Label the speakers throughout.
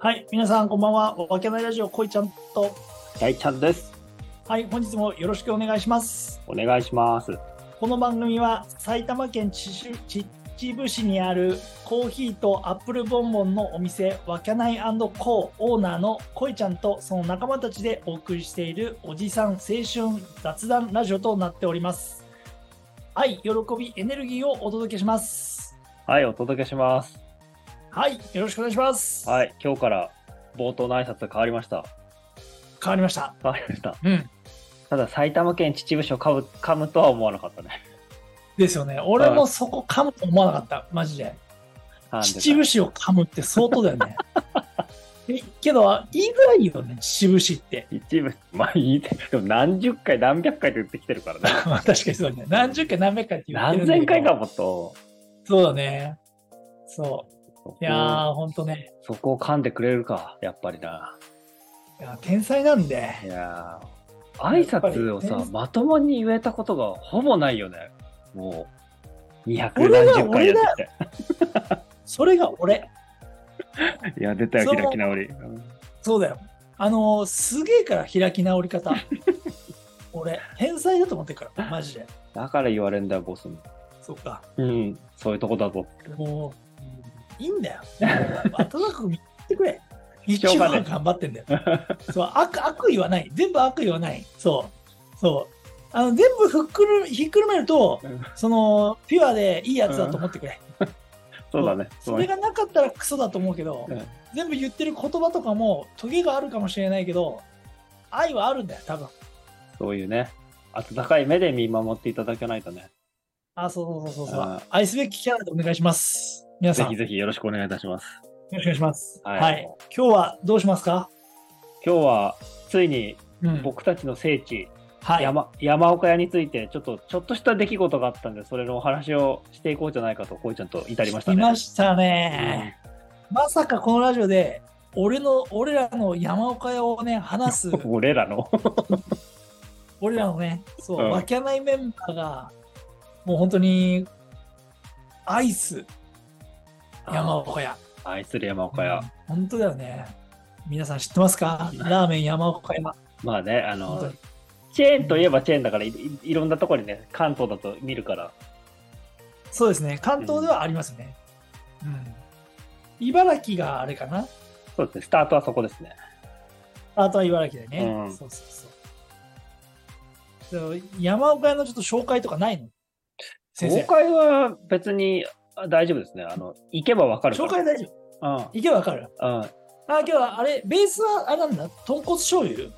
Speaker 1: はい、皆さんこんばんは。わけないラジオこいちゃんと
Speaker 2: 大ちゃんです。
Speaker 1: はい、本日もよろしくお願いします。
Speaker 2: お願いします。
Speaker 1: この番組は埼玉県秩父秩父市にあるコーヒーとアップルボンボンのお店わけないコーオーナーのこいちゃんとその仲間たちでお送りしているおじさん青春雑談ラジオとなっております。愛、喜び、エネルギーをお届けします。
Speaker 2: はい、お届けします。
Speaker 1: はい、よろしくお願いします。
Speaker 2: はい、今日から冒頭の挨拶変わりました。
Speaker 1: 変わりました。
Speaker 2: 変わりました。
Speaker 1: うん。
Speaker 2: ただ埼玉県秩父市を噛む噛むとは思わなかったね。
Speaker 1: ですよね。俺もそこ噛むと思わなかった。マジで。秩父
Speaker 2: 市
Speaker 1: 市を噛むって相当だよ ね。えけど、言いづらいよね、秩父市って。
Speaker 2: 秩父、まあいいけど、何十回何百回と言ってきてるからね。
Speaker 1: まあ確かにそうだね。何十回何百回って言ってる
Speaker 2: 何
Speaker 1: んだけ
Speaker 2: 千
Speaker 1: ど
Speaker 2: 回かもっと。
Speaker 1: そうだね。そう。いやー、ほんとね。
Speaker 2: そこを噛んでくれるか、やっぱりな。
Speaker 1: いや天才なんで。
Speaker 2: いやー挨拶
Speaker 1: や
Speaker 2: を
Speaker 1: っぱ
Speaker 2: さ
Speaker 1: り、ね
Speaker 2: まともに言えたことがほぼないよね。もう、200
Speaker 1: 俺
Speaker 2: 何
Speaker 1: だ
Speaker 2: 十回やって
Speaker 1: それが俺。
Speaker 2: きて。いや、出た
Speaker 1: そ
Speaker 2: よ、
Speaker 1: う
Speaker 2: 開き直り。うん
Speaker 1: そうだよ。あのーすげえから開き直り 方。俺、天才だと思ってるから、マジで。
Speaker 2: だから言われんだよ、ボスに。
Speaker 1: そうか。
Speaker 2: うん、そういうとこだぞ。
Speaker 1: もう、いいん だよ。温かく見てくれ。一
Speaker 2: しょ
Speaker 1: 応
Speaker 2: うがない
Speaker 1: 頑張ってんだよ。そう悪悪意はない。全部悪意はない。そう。そう。あの全部ふっくるひっくるめると
Speaker 2: うん、
Speaker 1: そのピュアでいいやつだと思ってくれ。
Speaker 2: そうだね。
Speaker 1: それがなかったらクソだと思うけど、
Speaker 2: うん
Speaker 1: 全部言ってる言葉とかも、トゲがあるかもしれないけど、愛はあるんだよ、多分
Speaker 2: そういうね、温かい目で見守っていただかないとね、
Speaker 1: あ、そうそうそうそうそう
Speaker 2: あ。
Speaker 1: 愛すべきキャラでお願いします。皆
Speaker 2: ぜ
Speaker 1: さん、
Speaker 2: ひ
Speaker 1: よ
Speaker 2: ぜひよろしくお願いいたします。
Speaker 1: ろしくお願いします。は。
Speaker 2: はいい
Speaker 1: 今日はどうしますか、
Speaker 2: 今日は、ついに
Speaker 1: うん
Speaker 2: 僕たちの聖地、
Speaker 1: はい。
Speaker 2: 山山岡屋について、ちょっと、ちょっとした出来事があったんで、それのお話をしていこうじゃないかと、こいちゃんと至りましたね。
Speaker 1: いましたね、まさかこのラジオで、俺の、俺らの山岡屋をね、話す
Speaker 2: う、ん俺らの。
Speaker 1: 俺らのね、そう、
Speaker 2: うん
Speaker 1: わけないメンバーが、もう本当に、アイス、山岡屋。
Speaker 2: 愛する山岡屋。
Speaker 1: うん本当だよね。皆さん知ってますかラーメン山岡屋。
Speaker 2: まあね、あ
Speaker 1: 本当
Speaker 2: の
Speaker 1: に、
Speaker 2: チェーンといえばチェーンだから、いいいろんなところにね、関東だと見るから、
Speaker 1: そうですね。関東ではありますね。うん。茨城があれかな
Speaker 2: そうですね、スタートはそこですね。
Speaker 1: あとは茨城でね。
Speaker 2: うん
Speaker 1: そうそうそう。でも山岡屋のちょっと紹介とかないの先生
Speaker 2: 公。開は別にあ大丈夫ですね。あの、行けばわかるか
Speaker 1: 紹
Speaker 2: ら。
Speaker 1: 介大丈夫。行けばわかる。
Speaker 2: うん。うん。
Speaker 1: あ、今日はあれ、ベースはあれなんだ。豚骨醤油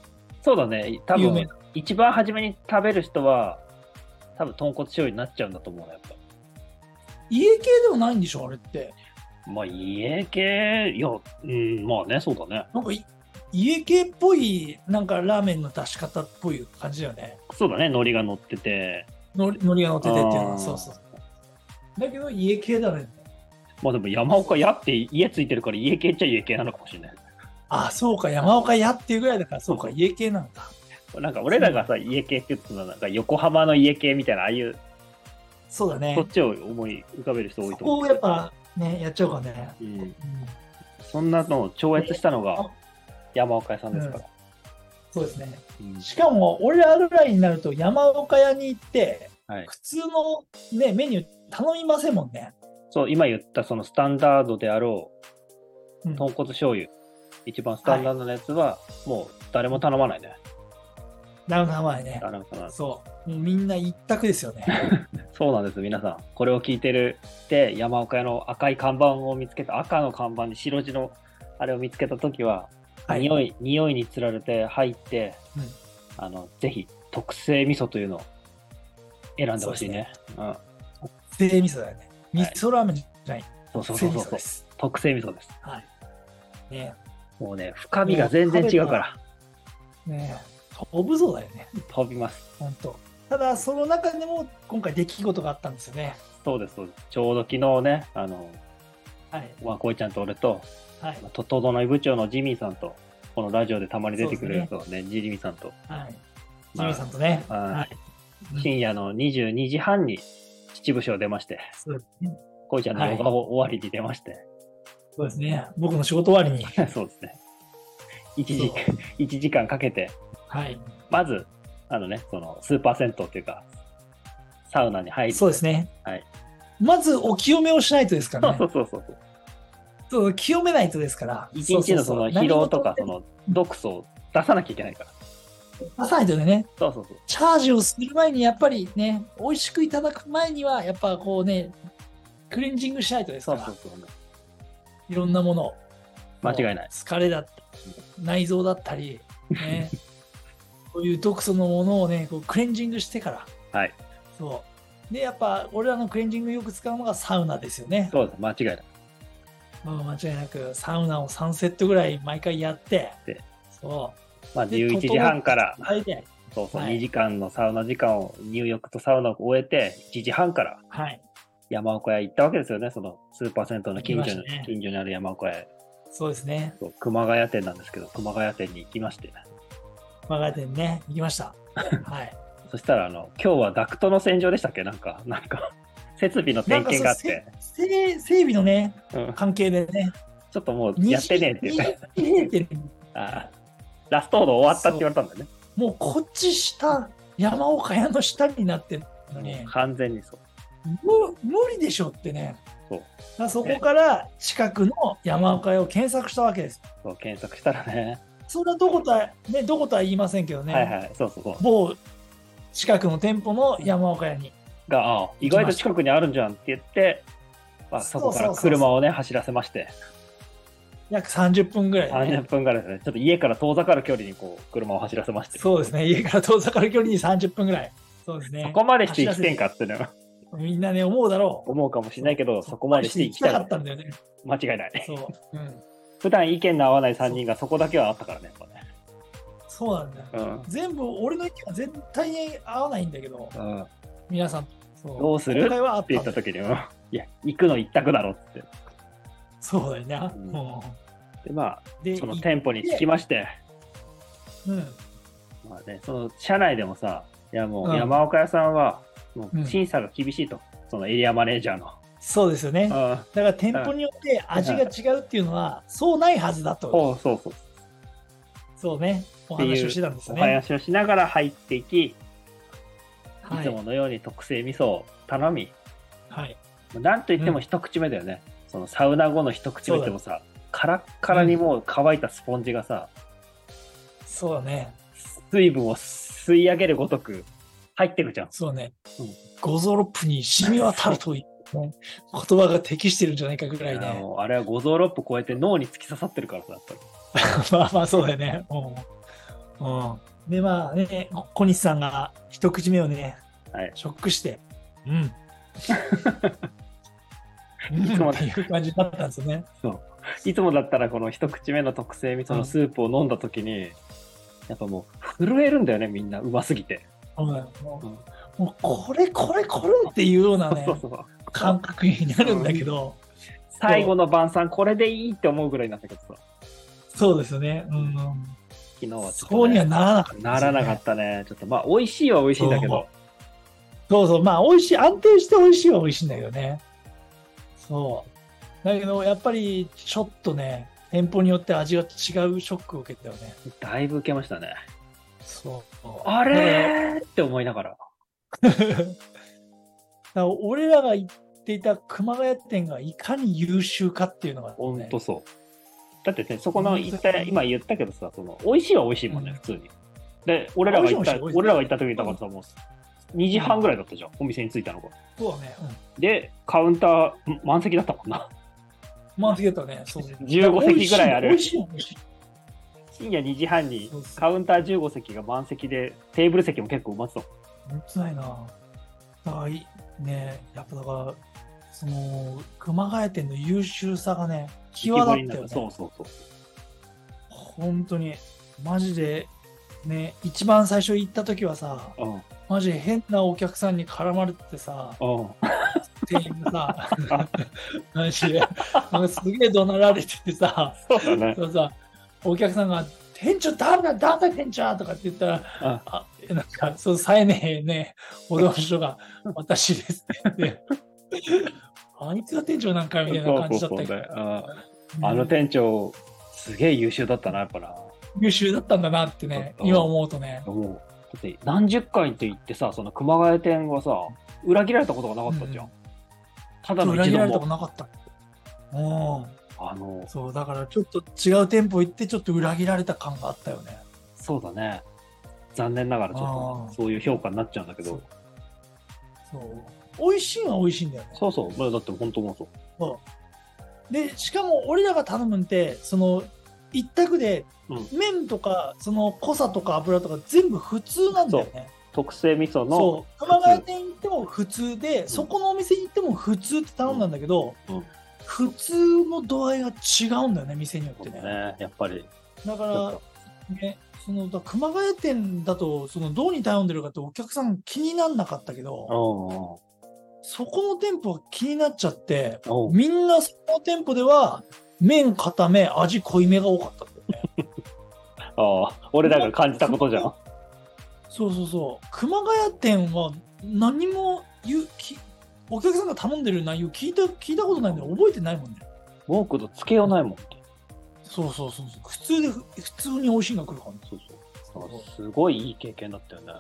Speaker 2: そうだね。多
Speaker 1: 有名
Speaker 2: 分、一番初めに食べる人は、多分、豚骨醤油になっちゃうんだと思うな、やっぱ。
Speaker 1: 家系でもないんでしょあれって。
Speaker 2: まあ、家系、いや、うん、まあね、そうだね。
Speaker 1: なんかい家系っぽい、なんかラーメンの出し方っぽい感じだよね。
Speaker 2: そうだね、海苔が乗ってて。
Speaker 1: のりのりが乗っててっていうの
Speaker 2: あ
Speaker 1: は
Speaker 2: ー
Speaker 1: そうそうだけど家系だね
Speaker 2: まあでも、山岡屋って家ついてるから、家系っちゃ家系なのかもしれない。
Speaker 1: あそうか山岡屋っていうぐらいだからそうか家系なんだ
Speaker 2: なんか、俺らがさ、家系って言ってたのは、なんか、横浜の家系みたいな、ああいう、
Speaker 1: そうだね
Speaker 2: そっちを思い浮かべる人多
Speaker 1: そ
Speaker 2: いと思
Speaker 1: こを
Speaker 2: う。
Speaker 1: やっぱねやっちゃうかね、
Speaker 2: うん。
Speaker 1: うん、
Speaker 2: そんなのを超越したのが、山岡屋さんですから。
Speaker 1: そうですね
Speaker 2: うん
Speaker 1: しかも俺らぐらいになると山岡屋に行って
Speaker 2: はい。
Speaker 1: 普通のねメニュー頼みませんもんね
Speaker 2: そう、今言ったそのスタンダードであろ
Speaker 1: うん
Speaker 2: う、豚骨醤油、一番スタンダードなやつは、もう誰も頼まないね。
Speaker 1: なるほど前ね
Speaker 2: あのその
Speaker 1: そうもうみんな一択ですよね
Speaker 2: そうなんです、皆さん。これを聞いてるって、山岡屋の赤い看板を見つけた、赤の看板に白地のあれを見つけたときは、
Speaker 1: はい
Speaker 2: 匂い、匂いにつられて入って、
Speaker 1: うん
Speaker 2: あの、ぜひ特製味噌というのを選んでほしいね。うん。
Speaker 1: 製味噌だよね味噌ラーメンじゃない
Speaker 2: そうそう
Speaker 1: 製
Speaker 2: そう
Speaker 1: 味
Speaker 2: そう
Speaker 1: 噌です
Speaker 2: 特製味噌です。
Speaker 1: はいね
Speaker 2: もうね、深みが全然違うから、
Speaker 1: ね飛ぶぞだよね
Speaker 2: 飛びます。
Speaker 1: 本当。ただ、その中でも今回出来事があったんですよね。
Speaker 2: そうです、そうです。ちょうど昨日ね、あの、
Speaker 1: はい。
Speaker 2: まあ、こいちゃんと俺と、
Speaker 1: はい。
Speaker 2: と、整い部長のジミーさんと、このラジオでたまに出てくれる人ね、ジミーさんと、
Speaker 1: はい。ジ
Speaker 2: まあ
Speaker 1: ミーさんとね。
Speaker 2: は
Speaker 1: う
Speaker 2: い
Speaker 1: ん
Speaker 2: 深夜の22時半に秩父市を出まして、
Speaker 1: そうですね
Speaker 2: こいちゃんの動画を終わりに出まして、
Speaker 1: そうですね。僕の仕事終わりに。
Speaker 2: そうですね。一時間、一時間かけて、
Speaker 1: はい。
Speaker 2: まず、あのね、その、スーパー銭湯っていうか、サウナに入る。
Speaker 1: そうですね。
Speaker 2: はい
Speaker 1: まずお清めをしないとですから
Speaker 2: そう
Speaker 1: ね
Speaker 2: そ。うそうそう。
Speaker 1: そう清めないとですから。
Speaker 2: 一日のその疲労とか、その、毒素を出さなきゃいけないから。
Speaker 1: 出さないとね、
Speaker 2: そうそうそう。
Speaker 1: チャージをする前にやっぱりね、美味しくいただく前には、やっぱこうね、クレンジングしないとです
Speaker 2: そ
Speaker 1: か
Speaker 2: う
Speaker 1: ら、
Speaker 2: そうそう。
Speaker 1: いろんなものを。
Speaker 2: 間違いない。
Speaker 1: 疲れだったり、内臓だったり、 ね、こういう毒素のものをね、こうクレンジングしてから。
Speaker 2: はい。
Speaker 1: そう。で、やっぱ俺らのクレンジングよく使うのがサウナですよね。
Speaker 2: そうです。間違いない。
Speaker 1: まあ、間違いなくサウナを3セットぐらい毎回やって
Speaker 2: で、
Speaker 1: そ
Speaker 2: まあ、
Speaker 1: で
Speaker 2: 11時半から
Speaker 1: う。、はい。で、
Speaker 2: そうそう、
Speaker 1: はい
Speaker 2: 2時間のサウナ時間を、入浴とサウナを終えて、1時半から
Speaker 1: はい。
Speaker 2: 山岡屋行ったわけですよね、そのスーパー銭湯の近所
Speaker 1: 行
Speaker 2: に、
Speaker 1: きましたね
Speaker 2: 近所にある山岡屋、
Speaker 1: そうですね。
Speaker 2: そう熊谷店なんですけど、熊谷店に行きまして、
Speaker 1: マガテンね、行きま した。はい。
Speaker 2: そしたら、あの今日はダクトの洗浄でしたっけ、なんか、 なんか、設備の点検があって、
Speaker 1: なんかそうせ整備のね、
Speaker 2: うん、
Speaker 1: 関係でね、
Speaker 2: ちょっともうやってねえっていうか、
Speaker 1: 20 20って
Speaker 2: あーラストオード終わったって言われたんだよね、
Speaker 1: もうこっち下、山岡屋の下になってるの
Speaker 2: も
Speaker 1: に
Speaker 2: う、完全にそう。
Speaker 1: む無理でしょってね。
Speaker 2: そう
Speaker 1: だからそこから近くの山岡屋を検索したわけです。
Speaker 2: そう検索したらね、
Speaker 1: それはどことは、ね、どことは言いませんけどね、
Speaker 2: はいはい、そうそうそう、
Speaker 1: 某近くの店舗の山岡屋に。
Speaker 2: が、ああ意外と近くにあるんじゃんって言って、まあ、そこから車をね、走らせまして。
Speaker 1: 約30分ぐらいでね、
Speaker 2: 30分ぐらいですね、ちょっと家から遠ざかる距離にこう車を走らせまして、そ
Speaker 1: そうですね、家から遠ざかる距離に30分ぐらい。そうですね。
Speaker 2: こまでして生きてんかっていうのは
Speaker 1: みんなね、思うだろう。
Speaker 2: 思うかもしれないけど、そこまでして生き
Speaker 1: た
Speaker 2: た
Speaker 1: からったんだよね。
Speaker 2: 間違いない。
Speaker 1: そう。うん。
Speaker 2: 普段意見の合わない3人がそこだけはあったからね、やっ
Speaker 1: そうなんだよ。
Speaker 2: ぱね。
Speaker 1: 全部、俺の意見は絶対に合わないんだけど、
Speaker 2: うん。うん、って
Speaker 1: 皆さん。そう
Speaker 2: どうする
Speaker 1: 今回はあった
Speaker 2: 言った時に、うんいや、行くの一択だろって。
Speaker 1: そうだよね。
Speaker 2: うん
Speaker 1: も
Speaker 2: で、ま
Speaker 1: うで
Speaker 2: あ、その店舗に着きまして、
Speaker 1: うん、
Speaker 2: まあね、その車内でもさ、いやも
Speaker 1: う
Speaker 2: うん山岡屋さんは、も
Speaker 1: うん
Speaker 2: う審査が厳しいと、そのエリアマネージャーの。
Speaker 1: そうですよね。
Speaker 2: うん
Speaker 1: だから店舗によって味が違うっていうのは、そうないはずだと、
Speaker 2: そうそうそう。
Speaker 1: そうね、お
Speaker 2: って
Speaker 1: 話
Speaker 2: いう
Speaker 1: をしてたんです
Speaker 2: お
Speaker 1: よね。
Speaker 2: 話をしながら入っていき、い
Speaker 1: は
Speaker 2: つ
Speaker 1: い
Speaker 2: ものように特製味噌を頼み、
Speaker 1: はい、
Speaker 2: なんといっても一口目だよね。そのサウナ後の一口目ってもさ、カラッカラにもう乾いたスポンジがさ、
Speaker 1: そうだね、
Speaker 2: 水分を吸い上げるごとく入ってるじゃん。
Speaker 1: そうね
Speaker 2: うん、
Speaker 1: ゴゾロップに染み渡るという、ね、言葉が適してるんじゃないかぐらい
Speaker 2: いや
Speaker 1: ね。
Speaker 2: もうあれは五臓六腑超えて脳に突き刺さってるからさ、やっぱり。
Speaker 1: まあまあ、そうだよね。うんうん、で、まあね、小西さんが一口目をね、
Speaker 2: はい
Speaker 1: ショックして、 うん。うん
Speaker 2: いつも
Speaker 1: っていう感じになったんですよね。
Speaker 2: いつもだったらこの一口目の特製味噌のスープを飲んだ時に、やっぱもう震えるんだよね、みんな。うますぎて。
Speaker 1: うんも
Speaker 2: うん
Speaker 1: うもうこれこれこれっていうようなね
Speaker 2: そうそうそう
Speaker 1: 感覚になるんだけど、
Speaker 2: 最後の晩餐、これでいいって思うぐらいになったけどさ、
Speaker 1: そうですよね。うんうん、
Speaker 2: 昨日はちょっとね
Speaker 1: そうにはならなかった、
Speaker 2: ならなかっ。たね。ちょっとまあ、美味しいは美味しいんだけど、
Speaker 1: そうそう、まあ美味しい、安定して美味しいは美味しいんだけどね。そう。だけど、やっぱりちょっとね、店舗によって味が違うショックを受けたよね。
Speaker 2: だいぶ受けましたね。
Speaker 1: そう。
Speaker 2: あれーって思いながら。
Speaker 1: だから俺らが行っていた熊谷店がいかに優秀かっていうのが、ね、
Speaker 2: ほんとそう。だってね、そこの
Speaker 1: 本当
Speaker 2: 行った、今言ったけどさ、その、美味しいは美味しいもんね、
Speaker 1: うん
Speaker 2: 普通に。で、俺らが行っ
Speaker 1: 美味
Speaker 2: た、
Speaker 1: しい美味しい
Speaker 2: 俺らが行った時だからさ、もう、2時半ぐらいだったじゃん、お店に着いたのが。
Speaker 1: そうだね。うん
Speaker 2: で、カウンターん満席だったもんな。
Speaker 1: 満席だったね。そう
Speaker 2: 15席ぐらいあ
Speaker 1: 美
Speaker 2: る
Speaker 1: 味。しいの美味しいの
Speaker 2: 深夜2時半に
Speaker 1: そうそう
Speaker 2: カウンター15席が満席で、テーブル席も結構埋まってたもん。
Speaker 1: 美味しい。つないな。だからいね、やっぱだから、その、熊谷店の優秀さがね、際立ったよ
Speaker 2: 浮き彫りにな
Speaker 1: ね。
Speaker 2: そうそうそう。
Speaker 1: 本当に。マジで、ね、一番最初行った時はさ、
Speaker 2: うん、
Speaker 1: マジで変なお客さんに絡まれてさ、
Speaker 2: うん。
Speaker 1: 店員がさ、マジで、なんかすげえ怒鳴られててさ、
Speaker 2: そうだね。
Speaker 1: そうさ、お客さんが、店長、ダメだ、ダメだ、店長とかって言ったら、
Speaker 2: うん
Speaker 1: あなんか、そのさえねえね、お同士が、私ですって言って、あいつが店長なんかよみたいな感じだったけど、
Speaker 2: そうそうそうねあの店長、すげえ優秀だったな、やっぱな。
Speaker 1: 優秀だったんだなってね、
Speaker 2: うん
Speaker 1: 今思うとね。
Speaker 2: もう、だって何十回って言ってさ、その熊谷店はさ、裏切られたことがなかったじゃん。
Speaker 1: うん
Speaker 2: ただの
Speaker 1: 裏
Speaker 2: 一
Speaker 1: 切ら
Speaker 2: 度
Speaker 1: れたこと
Speaker 2: も、
Speaker 1: なかった。う
Speaker 2: あの
Speaker 1: ん、、そう、だからちょっと違う店舗行って、ちょっと裏切られた感があったよね。
Speaker 2: そうだね。残念ながらちょっ
Speaker 1: あー
Speaker 2: と、そういう評価になっちゃうんだけど。
Speaker 1: そう。美味しいのは美味しいんだよね。
Speaker 2: そうそう、まあだって本当もそう。
Speaker 1: で、しかも俺らが頼むんって、その、一択で
Speaker 2: うん、
Speaker 1: 麺とか、その濃さとか油とか全部普通なんだよね。
Speaker 2: 特製味噌の
Speaker 1: そう。熊谷店行っても普通で、そこのお店に行っても普通って頼んだんだけど、
Speaker 2: うんうん
Speaker 1: 普通の度合いが違うんだよね、店によっ
Speaker 2: そ
Speaker 1: て
Speaker 2: う
Speaker 1: ね。
Speaker 2: だね、やっぱり。
Speaker 1: だか
Speaker 2: ちょ
Speaker 1: ら
Speaker 2: っと、
Speaker 1: ね、そのだ熊谷店だとそのどうに頼んでるかってお客さん気になんなかったけど、
Speaker 2: う
Speaker 1: そこの店舗は気になっちゃって、
Speaker 2: んうんうん。
Speaker 1: みんなそこの店舗では麺固め、味濃いめが多かったんだよね。
Speaker 2: ああ、俺だから感じたことじゃん。
Speaker 1: そうそうそう。熊谷店は何も言うきお客さんが頼んでる内容聞いた聞いたことないんで覚えてないもんね。
Speaker 2: 文句とつけようないもん。
Speaker 1: そうそうそうそう。普通でふ普通に美味しいのが来るからね。
Speaker 2: そうそう。だからすごいいい経験だったよね。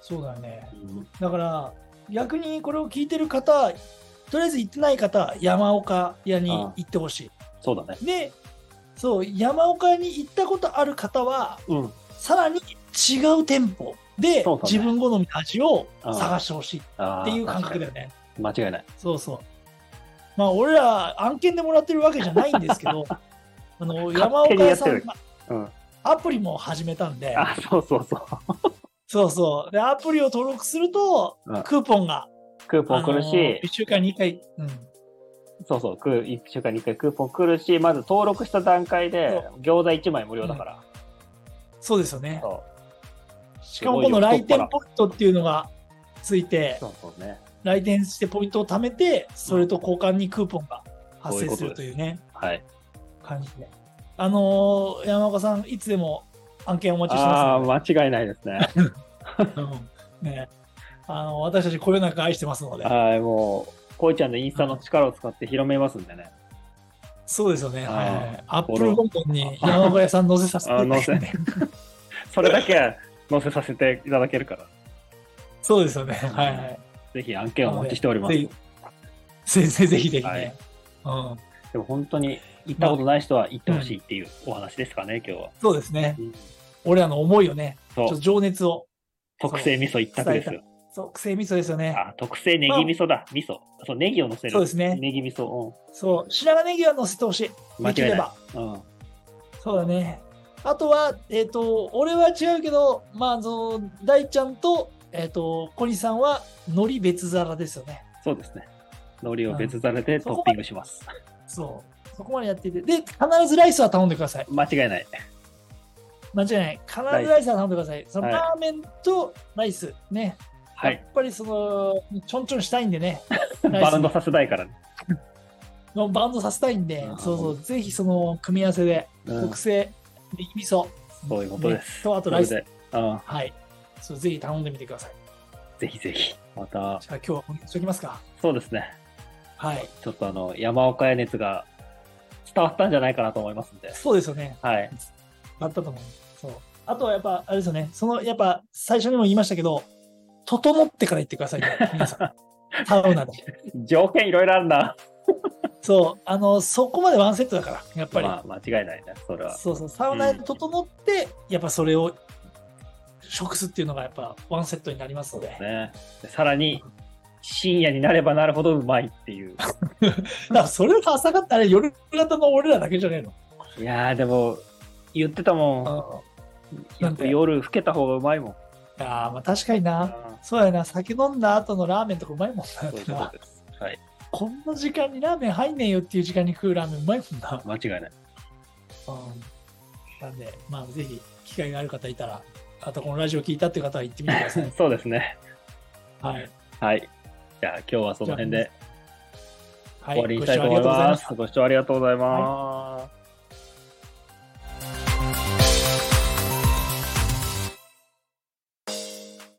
Speaker 1: そうだよね。
Speaker 2: うん
Speaker 1: だから逆にこれを聞いてる方とりあえず行ってない方山岡屋に行ってほし
Speaker 2: そうだね。
Speaker 1: いでそう山岡屋に行ったことある方は
Speaker 2: うん。
Speaker 1: さらに違う店舗で
Speaker 2: そうだね
Speaker 1: 自分好みの味を
Speaker 2: うん
Speaker 1: 探してほしいっ
Speaker 2: って
Speaker 1: いう感覚だよね
Speaker 2: 間違いない。
Speaker 1: そうそうまあ俺ら案件でもらってるわけじゃないんですけ どあの山
Speaker 2: 勝
Speaker 1: 岡
Speaker 2: 手にや
Speaker 1: 屋
Speaker 2: って
Speaker 1: さ
Speaker 2: る
Speaker 1: んが
Speaker 2: うん。
Speaker 1: アプリも始めたんで
Speaker 2: あ、そうそうそう。
Speaker 1: そうそうでアプリを登録すると
Speaker 2: うん
Speaker 1: クーポンが
Speaker 2: クーポン来るし、
Speaker 1: 1週間に1回、うん、
Speaker 2: そうそう、クー一週間に一回クーポン来るし、まず登録した段階で餃子一枚無料だから。
Speaker 1: そうですよね。
Speaker 2: そう
Speaker 1: しかもこの来店ポイントっていうのがついて、
Speaker 2: そうそうね。
Speaker 1: 来店してポイントを貯めて、それと交換にクーポンが発生するというね、
Speaker 2: はい。
Speaker 1: 感じで。あのー山岡さん、いつでも案件お待ちして
Speaker 2: ああ
Speaker 1: ま
Speaker 2: ー、間違いないですね。
Speaker 1: すので、うんねあの私たちこよなく愛してますので、
Speaker 2: はい、もう、こいちゃんのインスタの力を使って広めますんでね。
Speaker 1: そうですよね。はいはいはい。アップ
Speaker 2: フォロ
Speaker 1: ル
Speaker 2: ー
Speaker 1: ボンボンに山岡屋さん載せさせていただいて、
Speaker 2: あ載それだけ載せさせていただけるから、
Speaker 1: そうですよね。はいはい。
Speaker 2: ぜひ案件をお待ちしております。
Speaker 1: ぜひ、ぜひぜひぜひ
Speaker 2: は
Speaker 1: ね
Speaker 2: い。
Speaker 1: うん、
Speaker 2: でも本当に行ったことない人は行ってほしいっていうお話ですかね、今日は。
Speaker 1: そうですね。
Speaker 2: うん
Speaker 1: 俺らの思いをね、ちょっ
Speaker 2: そ
Speaker 1: と
Speaker 2: う、
Speaker 1: 情熱を
Speaker 2: 特製味噌一択です
Speaker 1: 伝
Speaker 2: よ。
Speaker 1: そう、癖味噌ですよね。
Speaker 2: あ、特製ネギ味噌だ、味噌。そう、ネギを乗せる。
Speaker 1: そうですね
Speaker 2: ネギ味噌。
Speaker 1: そう、白髪ネギは乗せてほしい。
Speaker 2: うん、間
Speaker 1: でき
Speaker 2: 違
Speaker 1: れ
Speaker 2: いない。
Speaker 1: ば。
Speaker 2: うん、
Speaker 1: そうだね。あとは、えっ、と、俺は違うけど、まあ、その、大ちゃんと、えっ、と、小西さんは、海苔別皿ですよね。
Speaker 2: そうですね。海苔を別皿でトッピングします。
Speaker 1: そう。そこまでやってて。で、必ずライスは頼んでください。
Speaker 2: 間違いない。
Speaker 1: 間違いない。必ずライスは頼んでください。その、
Speaker 2: はい
Speaker 1: ラーメンとライス、ね。
Speaker 2: は
Speaker 1: や
Speaker 2: い。
Speaker 1: っぱり、その、ちょんちょんしたいんで ね。ライ
Speaker 2: バウ
Speaker 1: ス
Speaker 2: ンドさせたいからね。
Speaker 1: のバウンドさせたいんで
Speaker 2: う、ん
Speaker 1: そうそう、ぜひその、組み合わせで、
Speaker 2: うん
Speaker 1: 特、製、ネギ味噌、
Speaker 2: そういうことです。
Speaker 1: ねとあとライス
Speaker 2: ということでうん、
Speaker 1: はい。そうぜひ頼んでみてください。
Speaker 2: ぜひぜひ。ま
Speaker 1: じ
Speaker 2: た、
Speaker 1: ゃあ今日はこんにしておきますか。
Speaker 2: そうですね。
Speaker 1: はい。
Speaker 2: ちょっとあの、山岡屋熱が伝わったんじゃないかなと思いますんで。
Speaker 1: そうですよね。
Speaker 2: はい。
Speaker 1: あったと思う。そう。あとはやっぱ、あれですよね。その、やっぱ、最初にも言いましたけど、整ってから行ってください、ね。皆さ ん。サウナで。
Speaker 2: 条件いろいろあるな。
Speaker 1: そう。あの、そこまでワンセットだから、やっぱり。
Speaker 2: まあ、間違いないね、それは。
Speaker 1: そうそう。サウナで整って、やっぱそれを食すっていうのがやっぱワンセットになりますので。
Speaker 2: ね。でさらに、深夜になればなるほどうまいっていう。
Speaker 1: だからそれを朝方、あれ、夜型の俺らだけじゃねえの。
Speaker 2: いやー、でも、言ってたも
Speaker 1: うん
Speaker 2: ん。やっぱ夜、老けた方がうまいもん。
Speaker 1: いやーまあ確かに
Speaker 2: うん
Speaker 1: な。そうやな。酒飲んだ後のラーメンとかうまいもんな。
Speaker 2: そういうことです。はい。
Speaker 1: こんな時間にラーメン入んねえよっていう時間に食うラーメンうまいもんな。
Speaker 2: 間違いない。。
Speaker 1: なんで、まあ、ぜひ、機会がある方いたら、あとこのラジオ聞いたっていう方は行ってみてください
Speaker 2: そうですね。
Speaker 1: はい。
Speaker 2: はい。じゃあ、今日はその辺で
Speaker 1: は
Speaker 2: 終わりに
Speaker 1: ご
Speaker 2: し
Speaker 1: 視
Speaker 2: たい
Speaker 1: 聴
Speaker 2: と
Speaker 1: ありがとうござ
Speaker 2: 思い
Speaker 1: いま
Speaker 2: ま
Speaker 1: し
Speaker 2: す
Speaker 1: た。。
Speaker 2: ご視聴ありがとうございます。